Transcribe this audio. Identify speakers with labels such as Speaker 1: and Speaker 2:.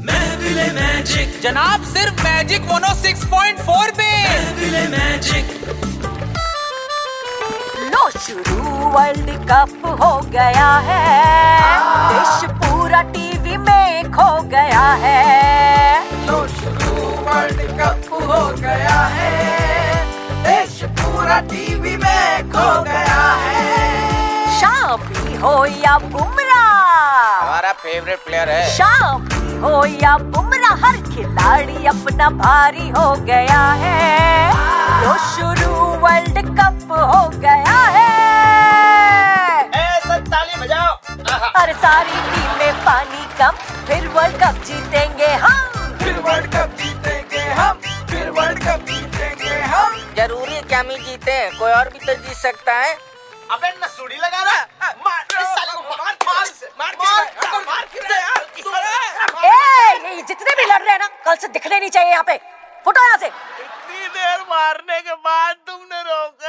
Speaker 1: महफिले magic
Speaker 2: जनाब सिर्फ magic mono 6.4 पे
Speaker 1: महफिले मैजिक
Speaker 3: लो शुरू वर्ल्ड कप हो गया है देश पूरा टीवी में खो गया है
Speaker 4: लो शुरू वर्ल्ड कप हो गया है देश पूरा टीवी में खो गया है
Speaker 3: शामी हो या बुमराह
Speaker 4: हमारा फेवरेट प्लेयर है
Speaker 3: शामी हो या बुमराह हर खिलाड़ी अपना भारी हो गया है लो शुरू वर्ल्ड कप हो गया है
Speaker 4: सब ताली बजाओ
Speaker 3: अरे सारी टीमें पानी कम फिर वर्ल्ड कप जीतेंगे हम
Speaker 4: फिर वर्ल्ड कप जीतेंगे हम फिर वर्ल्ड कप जीतेंगे हम
Speaker 5: जरूरी है कि हम ही जीते कोई और भी तो जीत सकता है
Speaker 4: अबे न सुड़ी लगा रहा मार इस साले को मार मार मार मार मार किसे यार
Speaker 3: ए ये जितने भी लड़ रहे हैं ना कल से दिखने नहीं चाहिए यहाँ पे फुटो यहाँ से
Speaker 4: इतनी देर मारने के बाद तुमने रोक